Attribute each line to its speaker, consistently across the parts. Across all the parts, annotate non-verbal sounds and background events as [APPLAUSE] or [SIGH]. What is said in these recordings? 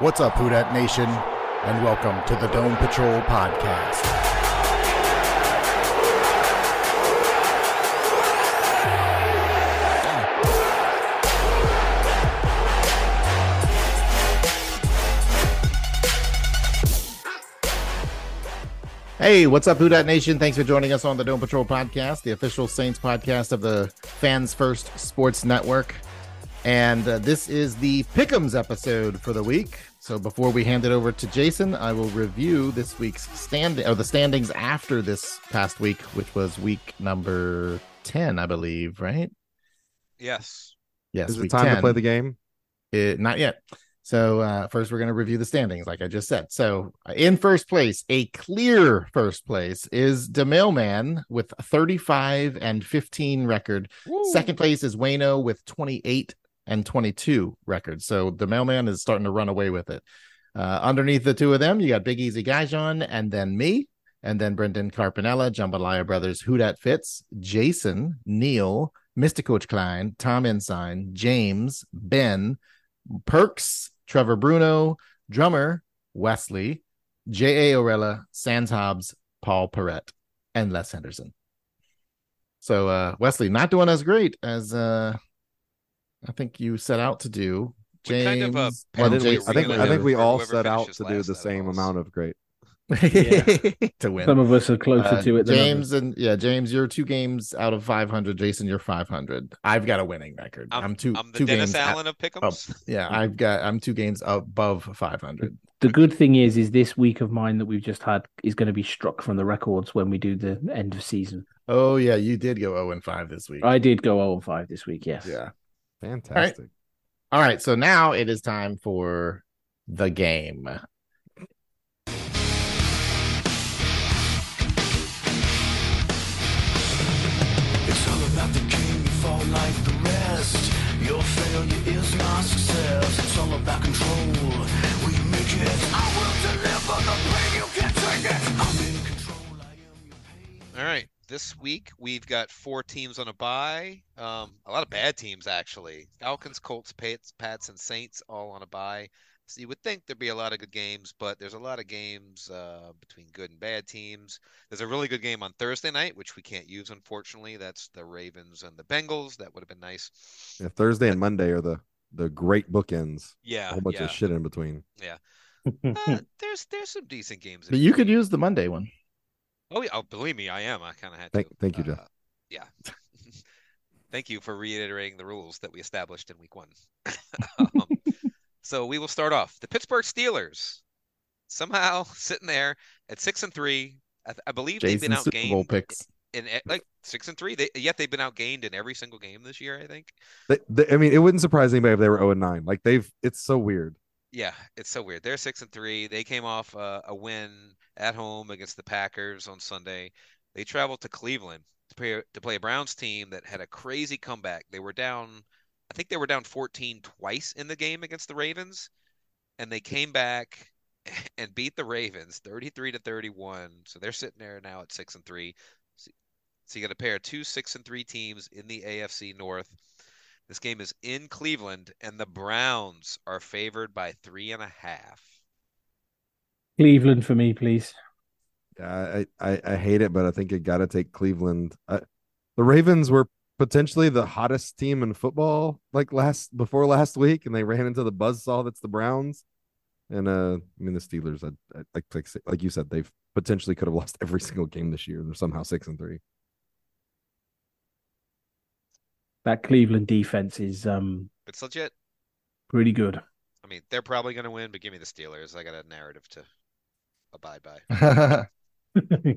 Speaker 1: What's up, Houdat Nation? And welcome to the Dome Patrol Podcast. Hey, what's up, Houdat Nation? Thanks for joining us on the Dome Patrol Podcast, the official Saints podcast of the Fans First Sports Network. And uh, this is the Pick'ems episode for the week. So before we hand it over to Jason, I will review this week's stand or the standings after this past week, which was week number ten, I believe. Right?
Speaker 2: Yes.
Speaker 1: Yes.
Speaker 3: Is it
Speaker 1: week
Speaker 3: time
Speaker 1: 10.
Speaker 3: to play the game?
Speaker 1: It, not yet. So uh, first, we're going to review the standings, like I just said. So uh, in first place, a clear first place is the Mailman with 35 and 15 record. Second place is Wayno with 28 and 22 records. So the Mailman is starting to run away with it. Uh, underneath the two of them, you got Big Easy Gaijon and then me, and then Brendan Carpinella, Jambalaya Brothers, Who Dat Fits, Jason, Neil, Mr. Coach Klein, Tom Ensign, James, Ben, Perks, Trevor Bruno, Drummer, Wesley, J.A. Orella, Sans Hobbs, Paul Perrette, and Les Henderson. So uh Wesley not doing as great as uh I think you set out to do.
Speaker 2: We
Speaker 1: James,
Speaker 2: kind of, uh,
Speaker 3: I,
Speaker 1: well,
Speaker 2: Penalty
Speaker 3: didn't we-
Speaker 1: Jason
Speaker 3: I think
Speaker 1: did.
Speaker 3: I think we
Speaker 2: for
Speaker 3: all
Speaker 2: whoever
Speaker 3: set out
Speaker 2: finishes
Speaker 3: to do
Speaker 2: last
Speaker 3: the
Speaker 2: out of
Speaker 3: same
Speaker 2: all this.
Speaker 3: amount of great.
Speaker 1: [LAUGHS] to win.
Speaker 4: Some of us are closer
Speaker 1: Uh,
Speaker 4: to it than
Speaker 1: James and yeah, James, you're two games out of 500. Jason, you're 500. I've got a winning record. I'm,
Speaker 2: I'm-
Speaker 1: two
Speaker 2: I'm the
Speaker 1: two
Speaker 2: Dennis
Speaker 1: games. at-
Speaker 2: Allen of Pickums.
Speaker 1: yeah, I've got I'm two games above 500.
Speaker 4: The good thing is, is this week of mine that we've just had is going to be struck from the records when we do the end of season.
Speaker 1: Oh yeah, you did go 0 and 5 this week.
Speaker 4: I did go 0 and 5 this week, yes.
Speaker 1: yeah.
Speaker 3: Fantastic.
Speaker 1: All right, so now it is time for the game.
Speaker 5: It's all about the game, you fall like the rest. Your failure is my success. It's all about control. We make it. I will deliver the pain, you can't take it. I'm in control, I am your pain.
Speaker 2: All right. This week we've got four teams on a bye. Um, a lot of bad teams actually. Falcons, Colts, Pats, Pats, and Saints all on a bye. So you would think there'd be a lot of good games, but there's a lot of games uh, between good and bad teams. There's a really good game on Thursday night, which we can't use unfortunately. That's the Ravens and the Bengals. That would have been nice.
Speaker 3: Yeah, Thursday and Monday are the the great bookends.
Speaker 2: Yeah,
Speaker 3: a whole bunch
Speaker 2: Uh, yeah.
Speaker 3: of shit in between.
Speaker 2: Uh, there's there's some decent games. in
Speaker 1: But you could
Speaker 2: between.
Speaker 1: use the Monday one.
Speaker 2: Oh, yeah. Oh, believe me, I am. I kind of had
Speaker 3: Thank-
Speaker 2: to. uh,
Speaker 3: thank you, Jeff.
Speaker 2: yeah. [LAUGHS] thank you for reiterating the rules that we established in week
Speaker 3: [LAUGHS]
Speaker 2: one. [LAUGHS] Um, so we will start off the Pittsburgh Steelers. Somehow [LAUGHS] sitting there at six and three, I, th- I believe
Speaker 1: Jason
Speaker 2: they've
Speaker 1: Super
Speaker 2: been
Speaker 1: Bowl
Speaker 2: outgained
Speaker 1: picks.
Speaker 4: [LAUGHS]
Speaker 2: in e- like six and three. They, yet they've been outgained in every single game this year. I think.
Speaker 3: They, they- I mean, it wouldn't surprise anybody if they were zero and nine. Like they've, it's so weird.
Speaker 2: Yeah, it's so weird. They're six and three. They came off uh, a win at home against the Packers on Sunday. They traveled to Cleveland to play to play a Browns team that had a crazy comeback. They were down, I think they were down 14 twice in the game against the Ravens, and they came back [LAUGHS] and beat the Ravens 33 to 31. So they're sitting there now at six and three. So so you got a pair of two six and three teams in the AFC North. This game is in Cleveland, and the Browns are favored by three and a half.
Speaker 4: [LAUGHS] Cleveland for me, please.
Speaker 3: Yeah, I, I, I hate it, but I think it got to take Cleveland. I, the Ravens were potentially the hottest team in football, like last before last week, and they ran into the buzzsaw that's the Browns. And uh, I mean the Steelers. I, I, like like like you said, they've potentially could have lost [LAUGHS] every single game this year. They're somehow six and three.
Speaker 4: That Cleveland defense is um
Speaker 2: It's legit.
Speaker 4: pretty good. [LAUGHS]
Speaker 2: I mean, they're probably going to win, but give me the Steelers. I got a narrative to abide by.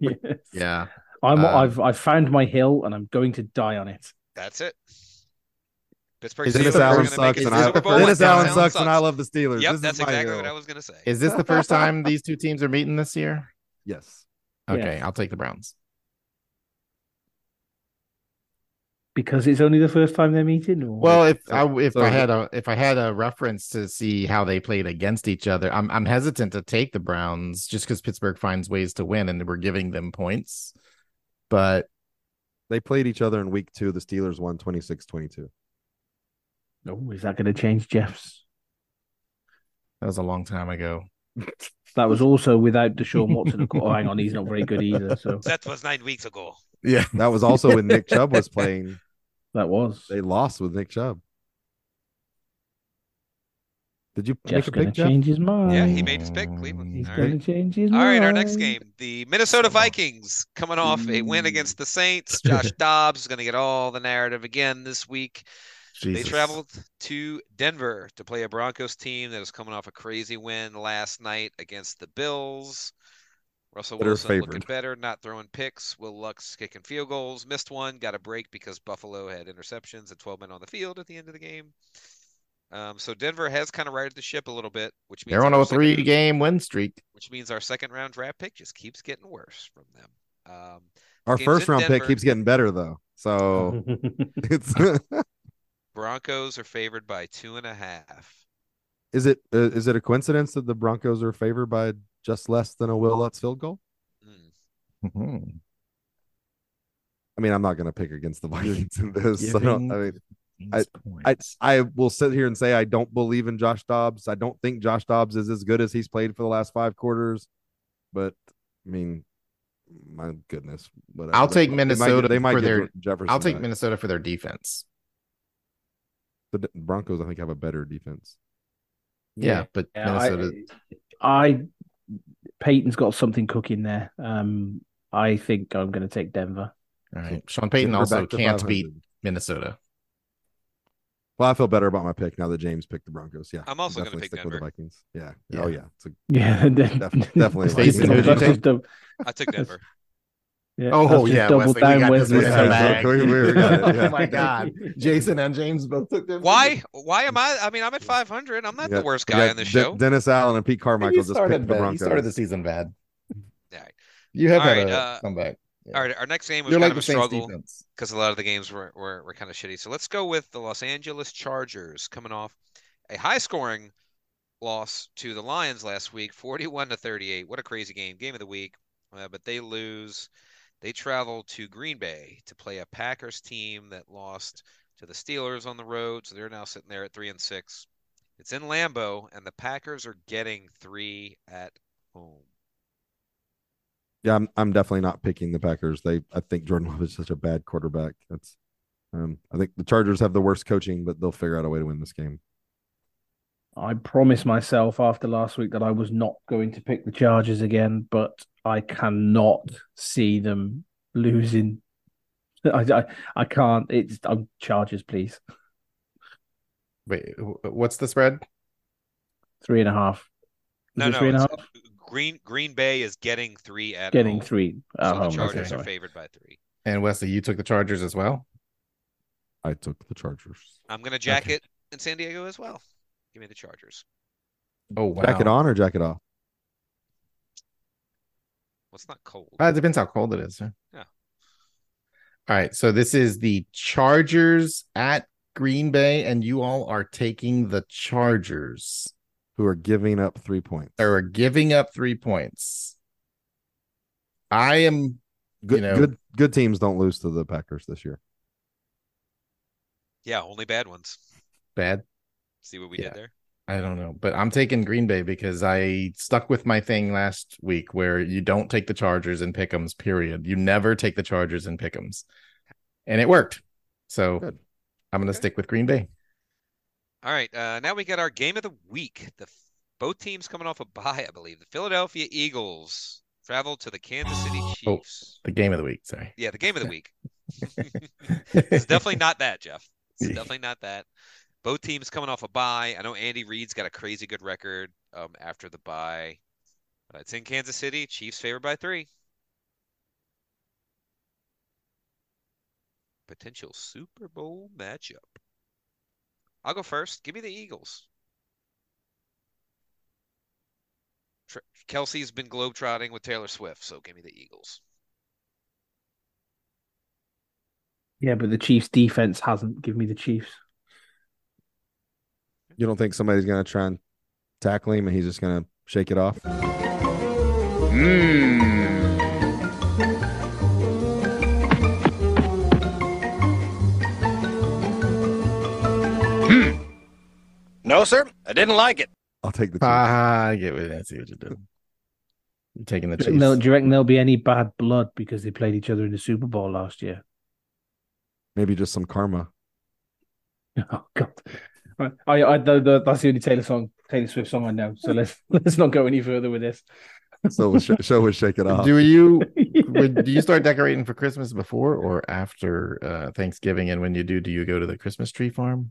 Speaker 4: yes.
Speaker 1: yeah.
Speaker 4: I'm
Speaker 1: Uh,
Speaker 4: I've I've found my hill and I'm going to die on it.
Speaker 2: That's it. Pittsburgh
Speaker 1: Is this
Speaker 2: Steelers
Speaker 3: Dennis
Speaker 1: the
Speaker 2: are
Speaker 3: Allen
Speaker 2: going to make
Speaker 3: sucks,
Speaker 2: it
Speaker 1: is
Speaker 3: and
Speaker 2: to
Speaker 3: I
Speaker 1: this
Speaker 2: Super
Speaker 1: the first
Speaker 2: Bowl.
Speaker 3: Dennis
Speaker 1: time-
Speaker 3: Allen
Speaker 1: Allen
Speaker 3: sucks, and I love the Steelers.
Speaker 2: Yep,
Speaker 3: This
Speaker 2: that's
Speaker 3: is my
Speaker 2: exactly
Speaker 3: hero.
Speaker 2: what I was going to say.
Speaker 1: Is this the first time these two teams are meeting this year?
Speaker 3: Yes.
Speaker 1: Okay,
Speaker 4: Yes.
Speaker 1: I'll take the Browns.
Speaker 4: Because it's only the first time they're meeting. Or...
Speaker 1: Well, if I if
Speaker 3: so-
Speaker 1: I had a if I had a reference to see how they played against each other, I'm I'm hesitant to take the Browns just because Pittsburgh finds ways to win and we're giving them points. But
Speaker 3: They played each other in week two. The Steelers won 26 22.
Speaker 4: oh, is that going to change Jeff's?
Speaker 1: That was a long time ago.
Speaker 4: That was also without Deshaun Watson. Of course. Oh, hang on, he's not very good either. So
Speaker 2: That was nine weeks ago.
Speaker 1: Yeah.
Speaker 3: That
Speaker 2: [LAUGHS]
Speaker 3: was also when Nick Chubb was playing.
Speaker 4: that was.
Speaker 3: They lost with Nick Chubb. Did you make
Speaker 4: Jeff's
Speaker 3: a
Speaker 4: going to
Speaker 3: pick, Jeff?
Speaker 4: change his mind.
Speaker 2: Yeah, he made his pick, Cleveland.
Speaker 4: Oh. He's
Speaker 2: All
Speaker 4: going
Speaker 2: right.
Speaker 4: to change his
Speaker 2: All
Speaker 4: mind.
Speaker 2: right, our next game, the Minnesota Vikings coming off a win
Speaker 4: Mm.
Speaker 2: against the Saints. Josh Dobbs is going to get all the narrative again this week.
Speaker 1: Jesus.
Speaker 2: They traveled to Denver to play a Broncos team that is coming off a crazy win last night against the Bills. Russell
Speaker 3: Better
Speaker 2: Wilson looking
Speaker 3: favored.
Speaker 2: better, not throwing picks. Will Lux kicking field goals, missed one, got a break because Buffalo had interceptions and 12 men on the field at the end of the game. Um, so Denver has kind of righted the ship a little bit, which means
Speaker 1: They're on
Speaker 2: our
Speaker 1: a
Speaker 2: second-
Speaker 1: three game win streak.
Speaker 2: which means our second round draft pick just keeps getting worse from them. Um,
Speaker 3: Our
Speaker 2: game's
Speaker 3: first
Speaker 2: in
Speaker 3: round
Speaker 2: Denver.
Speaker 3: pick keeps getting better though.
Speaker 1: Oh.
Speaker 3: So it's [LAUGHS]
Speaker 2: Broncos are favored by two and a half.
Speaker 3: is it uh, is it a coincidence that the Broncos are favored by just less than a Will Lutz field goal?
Speaker 2: Mm.
Speaker 1: Mhm.
Speaker 3: I mean, I'm not going to pick against the [LAUGHS] Vikings in this. I,
Speaker 1: Giving
Speaker 3: don't, I mean,
Speaker 1: these
Speaker 3: I,
Speaker 1: points.
Speaker 3: I will sit here and say I don't believe in Josh Dobbs. I don't think Josh Dobbs is as good as he's played for the last five quarters. But I mean, my goodness, whatever.
Speaker 1: I'll take
Speaker 3: They might get-
Speaker 1: Minnesota
Speaker 3: They might
Speaker 1: for
Speaker 3: get
Speaker 1: their-
Speaker 3: Jordan Jefferson.
Speaker 1: I'll take
Speaker 3: back.
Speaker 1: Minnesota for their defense.
Speaker 3: The D- Broncos. I think have a better defense.
Speaker 1: Yeah, but
Speaker 4: [LAUGHS] Yeah,
Speaker 1: Minnesota.
Speaker 4: I, I Peyton's got something cooking there. Um, I think I'm going to take Denver. [LAUGHS]
Speaker 1: all right. Sean Payton
Speaker 3: Denver
Speaker 1: also
Speaker 3: back to
Speaker 1: can't
Speaker 3: 500.
Speaker 1: beat Minnesota.
Speaker 3: Well, I feel better about my pick now that James picked the Broncos. Yeah,
Speaker 2: I'm also gonna
Speaker 3: definitely
Speaker 2: pick
Speaker 3: stick with the
Speaker 2: Denver.
Speaker 3: Vikings. Yeah.
Speaker 1: Yeah.
Speaker 3: Oh yeah. It's a-
Speaker 4: Yeah, then-
Speaker 3: Def- definitely
Speaker 1: Jason, who did you
Speaker 4: That's
Speaker 1: take?
Speaker 4: just dou-
Speaker 1: [LAUGHS]
Speaker 2: I took Denver.
Speaker 4: yeah,
Speaker 1: Oh,
Speaker 4: that's just
Speaker 1: yeah,
Speaker 4: double
Speaker 1: Wesley, we
Speaker 4: down
Speaker 1: got this
Speaker 4: Wesley's
Speaker 3: one in the
Speaker 4: house.
Speaker 3: bag. We- we got
Speaker 2: [LAUGHS]
Speaker 3: it, yeah.
Speaker 1: Oh my God. [LAUGHS] Jason and James both took them.
Speaker 2: Why? Why am I? I mean, I'm at 500. I'm not
Speaker 3: Yeah,
Speaker 2: the worst
Speaker 3: we
Speaker 2: guy
Speaker 3: got
Speaker 2: on this
Speaker 3: De-
Speaker 2: show.
Speaker 3: Dennis Allen and Pete Carmichael
Speaker 1: You
Speaker 3: just picked the
Speaker 1: started, bad. you
Speaker 3: Broncos.
Speaker 1: started the season bad.
Speaker 2: All right.
Speaker 1: You have
Speaker 2: All
Speaker 1: had
Speaker 2: right,
Speaker 1: a
Speaker 2: uh,
Speaker 1: comeback. Yeah.
Speaker 2: All right. Our next game was
Speaker 1: You're
Speaker 2: kind
Speaker 1: like
Speaker 2: of
Speaker 1: the
Speaker 2: a
Speaker 1: Saints
Speaker 2: struggle
Speaker 1: defense.
Speaker 2: because a lot of the games were, were, were kind of shitty. So let's go with the Los Angeles Chargers coming off a high scoring loss to the Lions last week, 41 to 38. What a crazy game. Game of the week. Uh, but they lose. They travel to Green Bay to play a Packers team that lost to the Steelers on the road. So they're now sitting there at three and six. It's in Lambeau, and the Packers are getting three at home.
Speaker 3: Yeah, I'm I'm definitely not picking the Packers. They I think Jordan Love is such a bad quarterback. That's um I think the Chargers have the worst coaching, but they'll figure out a way to win this game.
Speaker 4: I promised myself after last week that I was not going to pick the Chargers again, but I cannot see them losing. [LAUGHS] I I, I can't. It's I'm Chargers, please.
Speaker 1: Wait, wh- what's the spread?
Speaker 4: Three and a half. Is
Speaker 2: No,
Speaker 4: it
Speaker 2: no,
Speaker 4: three and a
Speaker 2: it's-
Speaker 4: half?
Speaker 2: Green Green Bay is getting three at
Speaker 4: Getting
Speaker 2: home.
Speaker 4: three
Speaker 2: So
Speaker 4: at
Speaker 2: the
Speaker 4: home. okay,
Speaker 2: Chargers are
Speaker 4: sorry.
Speaker 2: favored by three.
Speaker 1: And Wesley, you took the Chargers as well.
Speaker 3: I took the Chargers.
Speaker 2: I'm gonna jack it in San Diego as well. Give me the Chargers.
Speaker 1: Oh wow!
Speaker 3: Jacket on or jacket off?
Speaker 2: Well, it's not cold.
Speaker 1: Uh, it depends how cold it is. huh?
Speaker 2: Yeah.
Speaker 1: All right. So this is the Chargers at Green Bay, and you all are taking the Chargers.
Speaker 3: Who are giving up three points?
Speaker 1: They're giving up three points. I am
Speaker 3: Good
Speaker 1: you know-
Speaker 3: good good teams don't lose to the Packers this year.
Speaker 2: Yeah, only bad ones.
Speaker 1: bad.
Speaker 2: See what we
Speaker 1: Yeah.
Speaker 2: did there.
Speaker 1: I don't know, but I'm taking Green Bay because I stuck with my thing last week where you don't take the Chargers and pick'ems. Period. You never take the Chargers and pick'ems, and it worked. So
Speaker 3: Good.
Speaker 1: I'm going to
Speaker 2: Okay.
Speaker 1: stick with Green Bay.
Speaker 2: All right, uh, now we got our game of the week. The f- both teams coming off a bye, I believe. The Philadelphia Eagles travel to the Kansas City
Speaker 1: Oh.
Speaker 2: Chiefs.
Speaker 1: The game of the week. Sorry.
Speaker 2: Yeah, the
Speaker 1: [LAUGHS]
Speaker 2: game of the week. [LAUGHS] It's definitely not that, Jeff. It's definitely not that. Both teams coming off a bye. I know Andy Reid's got a crazy good record um, after the bye. Uh, it's in Kansas City. Chiefs favored by three. Potential Super Bowl matchup. I'll go first. Give me the Eagles. Tr- Kelsey's been globetrotting with Taylor Swift, so give me the Eagles.
Speaker 4: Yeah, but the Chiefs' defense hasn't. Give me the Chiefs.
Speaker 3: You don't think somebody's gonna try and tackle him and he's just gonna shake it off?
Speaker 2: Hmm.
Speaker 5: No, sir. I didn't like it.
Speaker 3: I'll take the. Chiefs.
Speaker 1: Ah, I get what I see what you did. You're taking the
Speaker 4: Do you reckon there'll-
Speaker 1: Chiefs.
Speaker 4: do you reckon there'll be any bad blood because they played each other in the Super Bowl last year? [LAUGHS]
Speaker 3: Maybe just some karma.
Speaker 4: Oh God, I, I, the, the, that's the only Taylor song, Taylor Swift song I know. So let's [LAUGHS] let's not go any further with
Speaker 2: [LAUGHS]
Speaker 4: this.
Speaker 3: So we'll sh- show we shake
Speaker 4: [LAUGHS]
Speaker 3: it off.
Speaker 1: Do you would do
Speaker 4: Yeah.
Speaker 1: you start decorating for Christmas before or after uh, Thanksgiving? And when you do, do you go to the Christmas tree farm?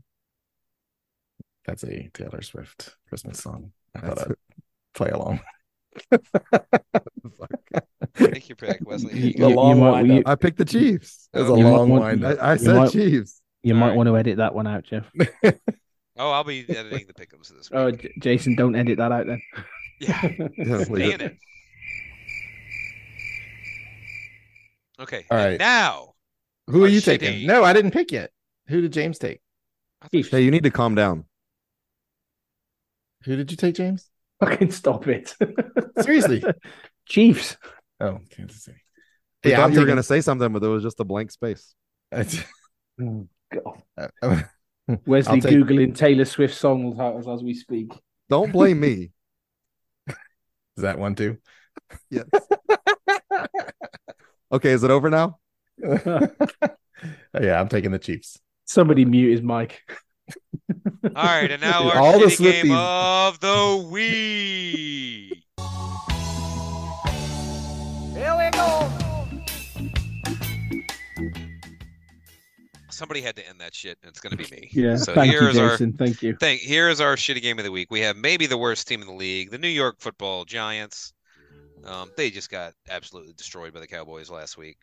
Speaker 1: That's a Taylor Swift Christmas song. I thought
Speaker 3: [LAUGHS] That's-
Speaker 1: I'd play along.
Speaker 2: I think you picked Wesley.
Speaker 4: [LAUGHS] [LAUGHS] You-
Speaker 2: You
Speaker 1: The
Speaker 2: go.
Speaker 4: you
Speaker 1: long
Speaker 4: might-
Speaker 1: windup.
Speaker 4: you-
Speaker 3: I picked the Chiefs.
Speaker 1: That was a
Speaker 4: You might
Speaker 1: long
Speaker 4: want-
Speaker 1: wind.
Speaker 3: I, I
Speaker 4: You
Speaker 3: said
Speaker 4: might-
Speaker 3: Chiefs.
Speaker 4: You might
Speaker 2: Alright.
Speaker 4: want to edit that one
Speaker 2: [LAUGHS]
Speaker 4: out, Jeff.
Speaker 2: Oh, I'll be editing the pickups this week.
Speaker 1: [LAUGHS]
Speaker 4: Oh, J- Jason, don't edit that out then.
Speaker 2: yeah,
Speaker 3: Yeah,
Speaker 2: stay
Speaker 3: leave
Speaker 2: in
Speaker 3: it.
Speaker 2: it. Okay.
Speaker 1: All
Speaker 2: and
Speaker 1: right.
Speaker 2: Now.
Speaker 1: Who are
Speaker 2: Or
Speaker 1: you
Speaker 2: should
Speaker 1: taking?
Speaker 2: he?
Speaker 1: No, I didn't pick yet. Who did James take?
Speaker 2: I thought
Speaker 3: Hey, you need to calm down.
Speaker 1: Who did you take, James?
Speaker 4: [LAUGHS] Fucking stop it.
Speaker 2: [LAUGHS]
Speaker 1: Seriously?
Speaker 4: Chiefs.
Speaker 1: Oh, Kansas City.
Speaker 3: We
Speaker 1: Yeah,
Speaker 3: thought
Speaker 1: I'm
Speaker 3: you were
Speaker 1: taking-
Speaker 3: going to say something, but there was just a blank space.
Speaker 1: [LAUGHS]
Speaker 2: Hmm.
Speaker 4: God.
Speaker 1: Uh, [LAUGHS]
Speaker 4: Wesley
Speaker 1: I'll take-
Speaker 4: googling Taylor Swift song titles as we speak.
Speaker 3: Don't blame me. [LAUGHS]
Speaker 1: Is that one too? [LAUGHS]
Speaker 3: yes. Okay, is it over now?
Speaker 1: yeah, I'm taking the Chiefs.
Speaker 4: Somebody mute his mic.
Speaker 2: All right,
Speaker 1: [LAUGHS]
Speaker 2: and now our
Speaker 1: All the
Speaker 2: shitty game
Speaker 1: Swifties.
Speaker 2: of the week. Somebody had to end that shit, and it's going to be me.
Speaker 4: [LAUGHS] Yeah.
Speaker 2: So
Speaker 4: Thank you,
Speaker 2: here's our
Speaker 4: Jason. Thank you.
Speaker 2: Thank, here is our shitty game of the week. We have maybe the worst team in the league, the New York Football Giants. Um, they just got absolutely destroyed by the Cowboys last week.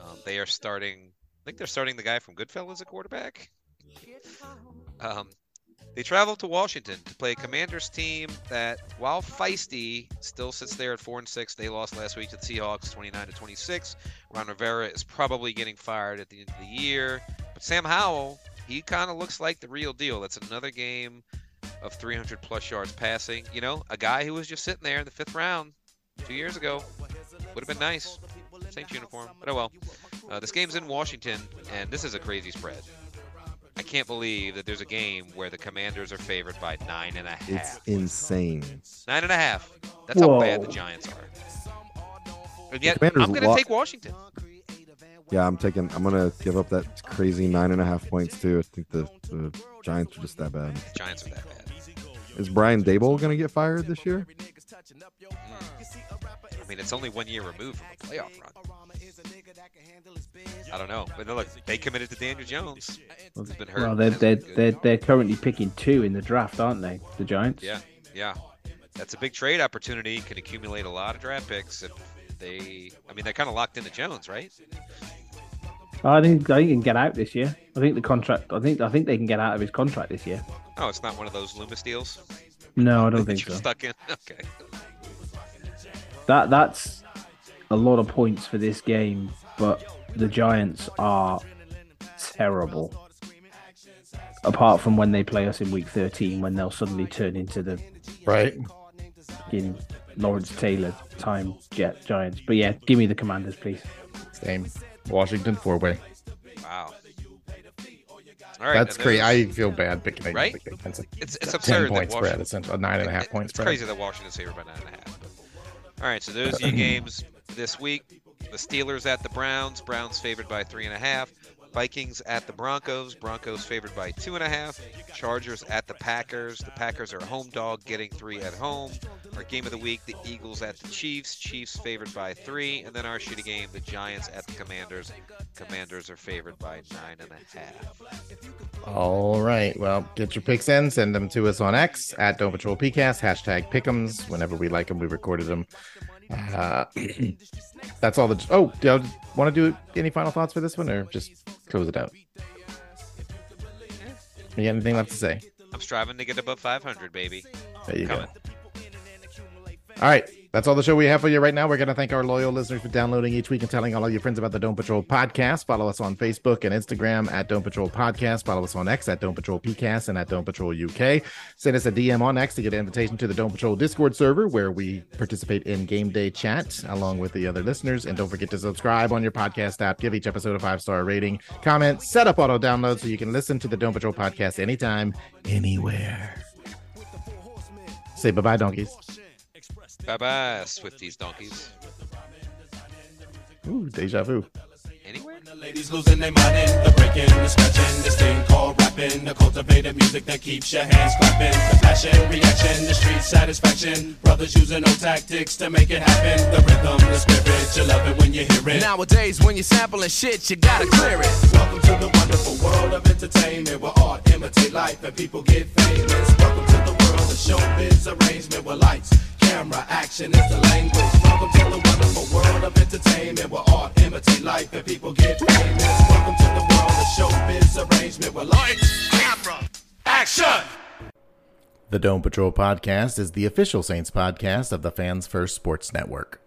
Speaker 2: Um, they are starting. I think they're starting the guy from Goodfellas at quarterback. Um, they travel to Washington to play a Commanders team that, while feisty, still sits there at four and six. They lost last week to the Seahawks, twenty-nine to twenty-six. Ron Rivera is probably getting fired at the end of the year, but Sam Howell, he kind of looks like the real deal. That's another game of 300 plus yards passing. You know, a guy who was just sitting there in the fifth round two years ago would have been nice. Saints uniform, but oh well. Uh, this game's in Washington, and this is a crazy spread. I can't believe that there's a game where the Commanders are favored by nine and a half.
Speaker 3: It's insane.
Speaker 2: Nine and a half. That's how bad the
Speaker 4: Whoa.
Speaker 2: Giants are. And yet,
Speaker 3: Commanders
Speaker 2: I'm going to
Speaker 3: lost-
Speaker 2: take Washington.
Speaker 3: Yeah, I'm taking. I'm gonna give up that crazy nine and a half points too. I think the, the Giants are just that bad.
Speaker 2: Giants are that bad.
Speaker 3: Is Brian Dable gonna get fired this year?
Speaker 2: I mean, it's only one year removed from a playoff run. I don't know, but no, look, they committed to Daniel Jones. He's been hurt.
Speaker 4: Well, they're,
Speaker 2: Hasn't
Speaker 4: they're,
Speaker 2: been good.
Speaker 4: they're, they're currently picking two in the draft, aren't they? The Giants?
Speaker 2: Yeah, yeah. That's a big trade opportunity. Can accumulate a lot of draft picks if they. I mean, they're kind of locked into Jones, right?
Speaker 4: I think I think he can get out this year. I think the contract. I think I think they can get out of his contract this year.
Speaker 2: Oh, it's not one of those Loomis deals.
Speaker 4: No, I don't
Speaker 2: that
Speaker 4: think
Speaker 2: [LAUGHS] you're
Speaker 4: so.
Speaker 2: Stuck in. Okay.
Speaker 4: That that's a lot of points for this game, but the Giants are terrible. Apart from when they play us in week 13, when they'll suddenly turn into the
Speaker 1: Right.
Speaker 4: fucking Lawrence Taylor time jet Giants. But yeah, give me the Commanders, please.
Speaker 1: Same. Washington four way.
Speaker 2: Wow. All right.
Speaker 1: That's
Speaker 2: and then
Speaker 1: crazy. I feel bad picking
Speaker 2: Right?
Speaker 1: against- against a
Speaker 2: It's it's
Speaker 1: ten
Speaker 2: absurd that
Speaker 1: point spread.
Speaker 2: Washington.
Speaker 1: Essentially, a nine and a half
Speaker 2: It-
Speaker 1: point
Speaker 2: it's
Speaker 1: spread.
Speaker 2: crazy that Washington's favored by nine and a half. but- All right, so those are your games this week. The Steelers at the Browns. Browns favored by three and a half. Vikings at the Broncos. Broncos favored by two and a half. Chargers at the Packers. The Packers are a home dog, getting three at home. Our game of the week: the Eagles at the Chiefs. Chiefs favored by three, and then our shitty game: the Giants at the Commanders. Commanders are favored by nine and a half.
Speaker 1: All right. Well, get your picks in. Send them to us on X at Don't Patrol PCast, hashtag pick'ems. Whenever we like them, we recorded them. Uh, [CLEARS THROAT] that's all the. Oh, do you want to do any final thoughts for this one or just close it out? You got anything left to say?
Speaker 2: I'm striving to get above 500, baby.
Speaker 1: There you
Speaker 2: Coming.
Speaker 1: go. All right. That's all the show we have for you right now. We're going to thank our loyal listeners for downloading each week and telling all of your friends about the Don't Patrol podcast. Follow us on Facebook and Instagram at Don't Patrol Podcast. Follow us on X at Don't Patrol PCast and at Don't Patrol UK. Send us a DM on X to get an invitation to the Don't Patrol Discord server where we participate in game day chat along with the other listeners. And don't forget to subscribe on your podcast app. Give each episode a five star rating, comment, set up auto download so you can listen to the Don't Patrol podcast anytime, anywhere. Say bye bye, donkeys.
Speaker 2: Bye bye, Swifties donkeys.
Speaker 1: Ooh, deja vu.
Speaker 2: Anywhere?
Speaker 5: The ladies losing their mind, the breaking, the scratching, this thing called rapping, the cultivated music that keeps your hands clapping, the passion, reaction, the street satisfaction, brothers using old tactics to make it happen, the rhythm, the spirit, you love it when you hear it.
Speaker 6: Nowadays, when you're sampling shit, you gotta clear it.
Speaker 5: Welcome to the wonderful world of entertainment where art imitate life and people get famous. Welcome to the world of showbiz arrangement where lights, camera, action is the language. Welcome to the wonderful world of entertainment where art imitate life and people get famous. Welcome to the world of showbiz arrangement where lights, camera, action.
Speaker 1: The Dome Patrol podcast is the official Saints podcast of the Fans First Sports Network.